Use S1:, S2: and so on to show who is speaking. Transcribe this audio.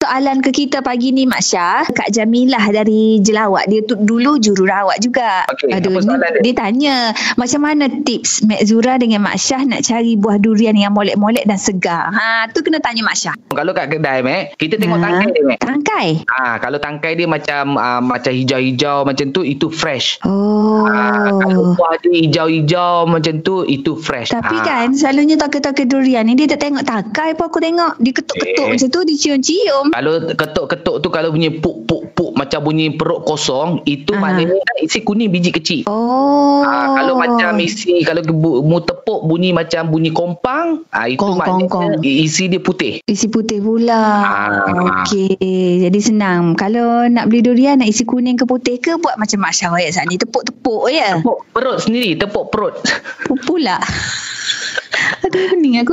S1: soalan ke kita pagi ni Mak Syah. Kak Jamilah dari Jelawat. Dia tu, dulu jururawat juga.
S2: Okey, apa soalan
S1: ni-
S2: dia?
S1: Dia tanya macam mana tips Mak Zura dengan Mak Syah nak cari buah durian yang molek-molek dan segar. Ha, tu kena tanya Mak Syah.
S2: Kalau kat kedai Mek, kita tengok
S1: Ha,
S2: tangkai dia Mek.
S1: Tangkai?
S2: Ah, kalau tangkai dia macam ah, macam hijau-hijau macam tu itu fresh.
S1: Oh.
S2: Ah, kalau buah dia hijau-hijau macam tu itu fresh.
S1: Tapi
S2: Ah.
S1: kan selalunya toke-toke durian ni dia tak tengok tangkai pun aku tengok. Dia ketuk-ketuk
S2: Eh.
S1: macam tu, dia cium-cium.
S2: kalau ketuk-ketuk tu kalau bunyi puk puk puk macam bunyi perut kosong itu
S1: Ah.
S2: maknanya kan isi kuning biji kecil.
S1: Oh.
S2: Ah, kalau macam isi kalau bu- mu tepuk bunyi macam bunyi kompang, ah itu
S1: Kong,
S2: maknanya
S1: kong, kong.
S2: isi dia putih.
S1: Isi putih pula.
S2: Ah.
S1: Okey, jadi senang. Kalau nak beli durian nak isi kuning ke putih ke buat macam Mak Syah ayat saat ni. Tepuk-tepuk ya.
S2: Tepuk perut sendiri, tepuk perut.
S1: Pula. Aduh, pening aku.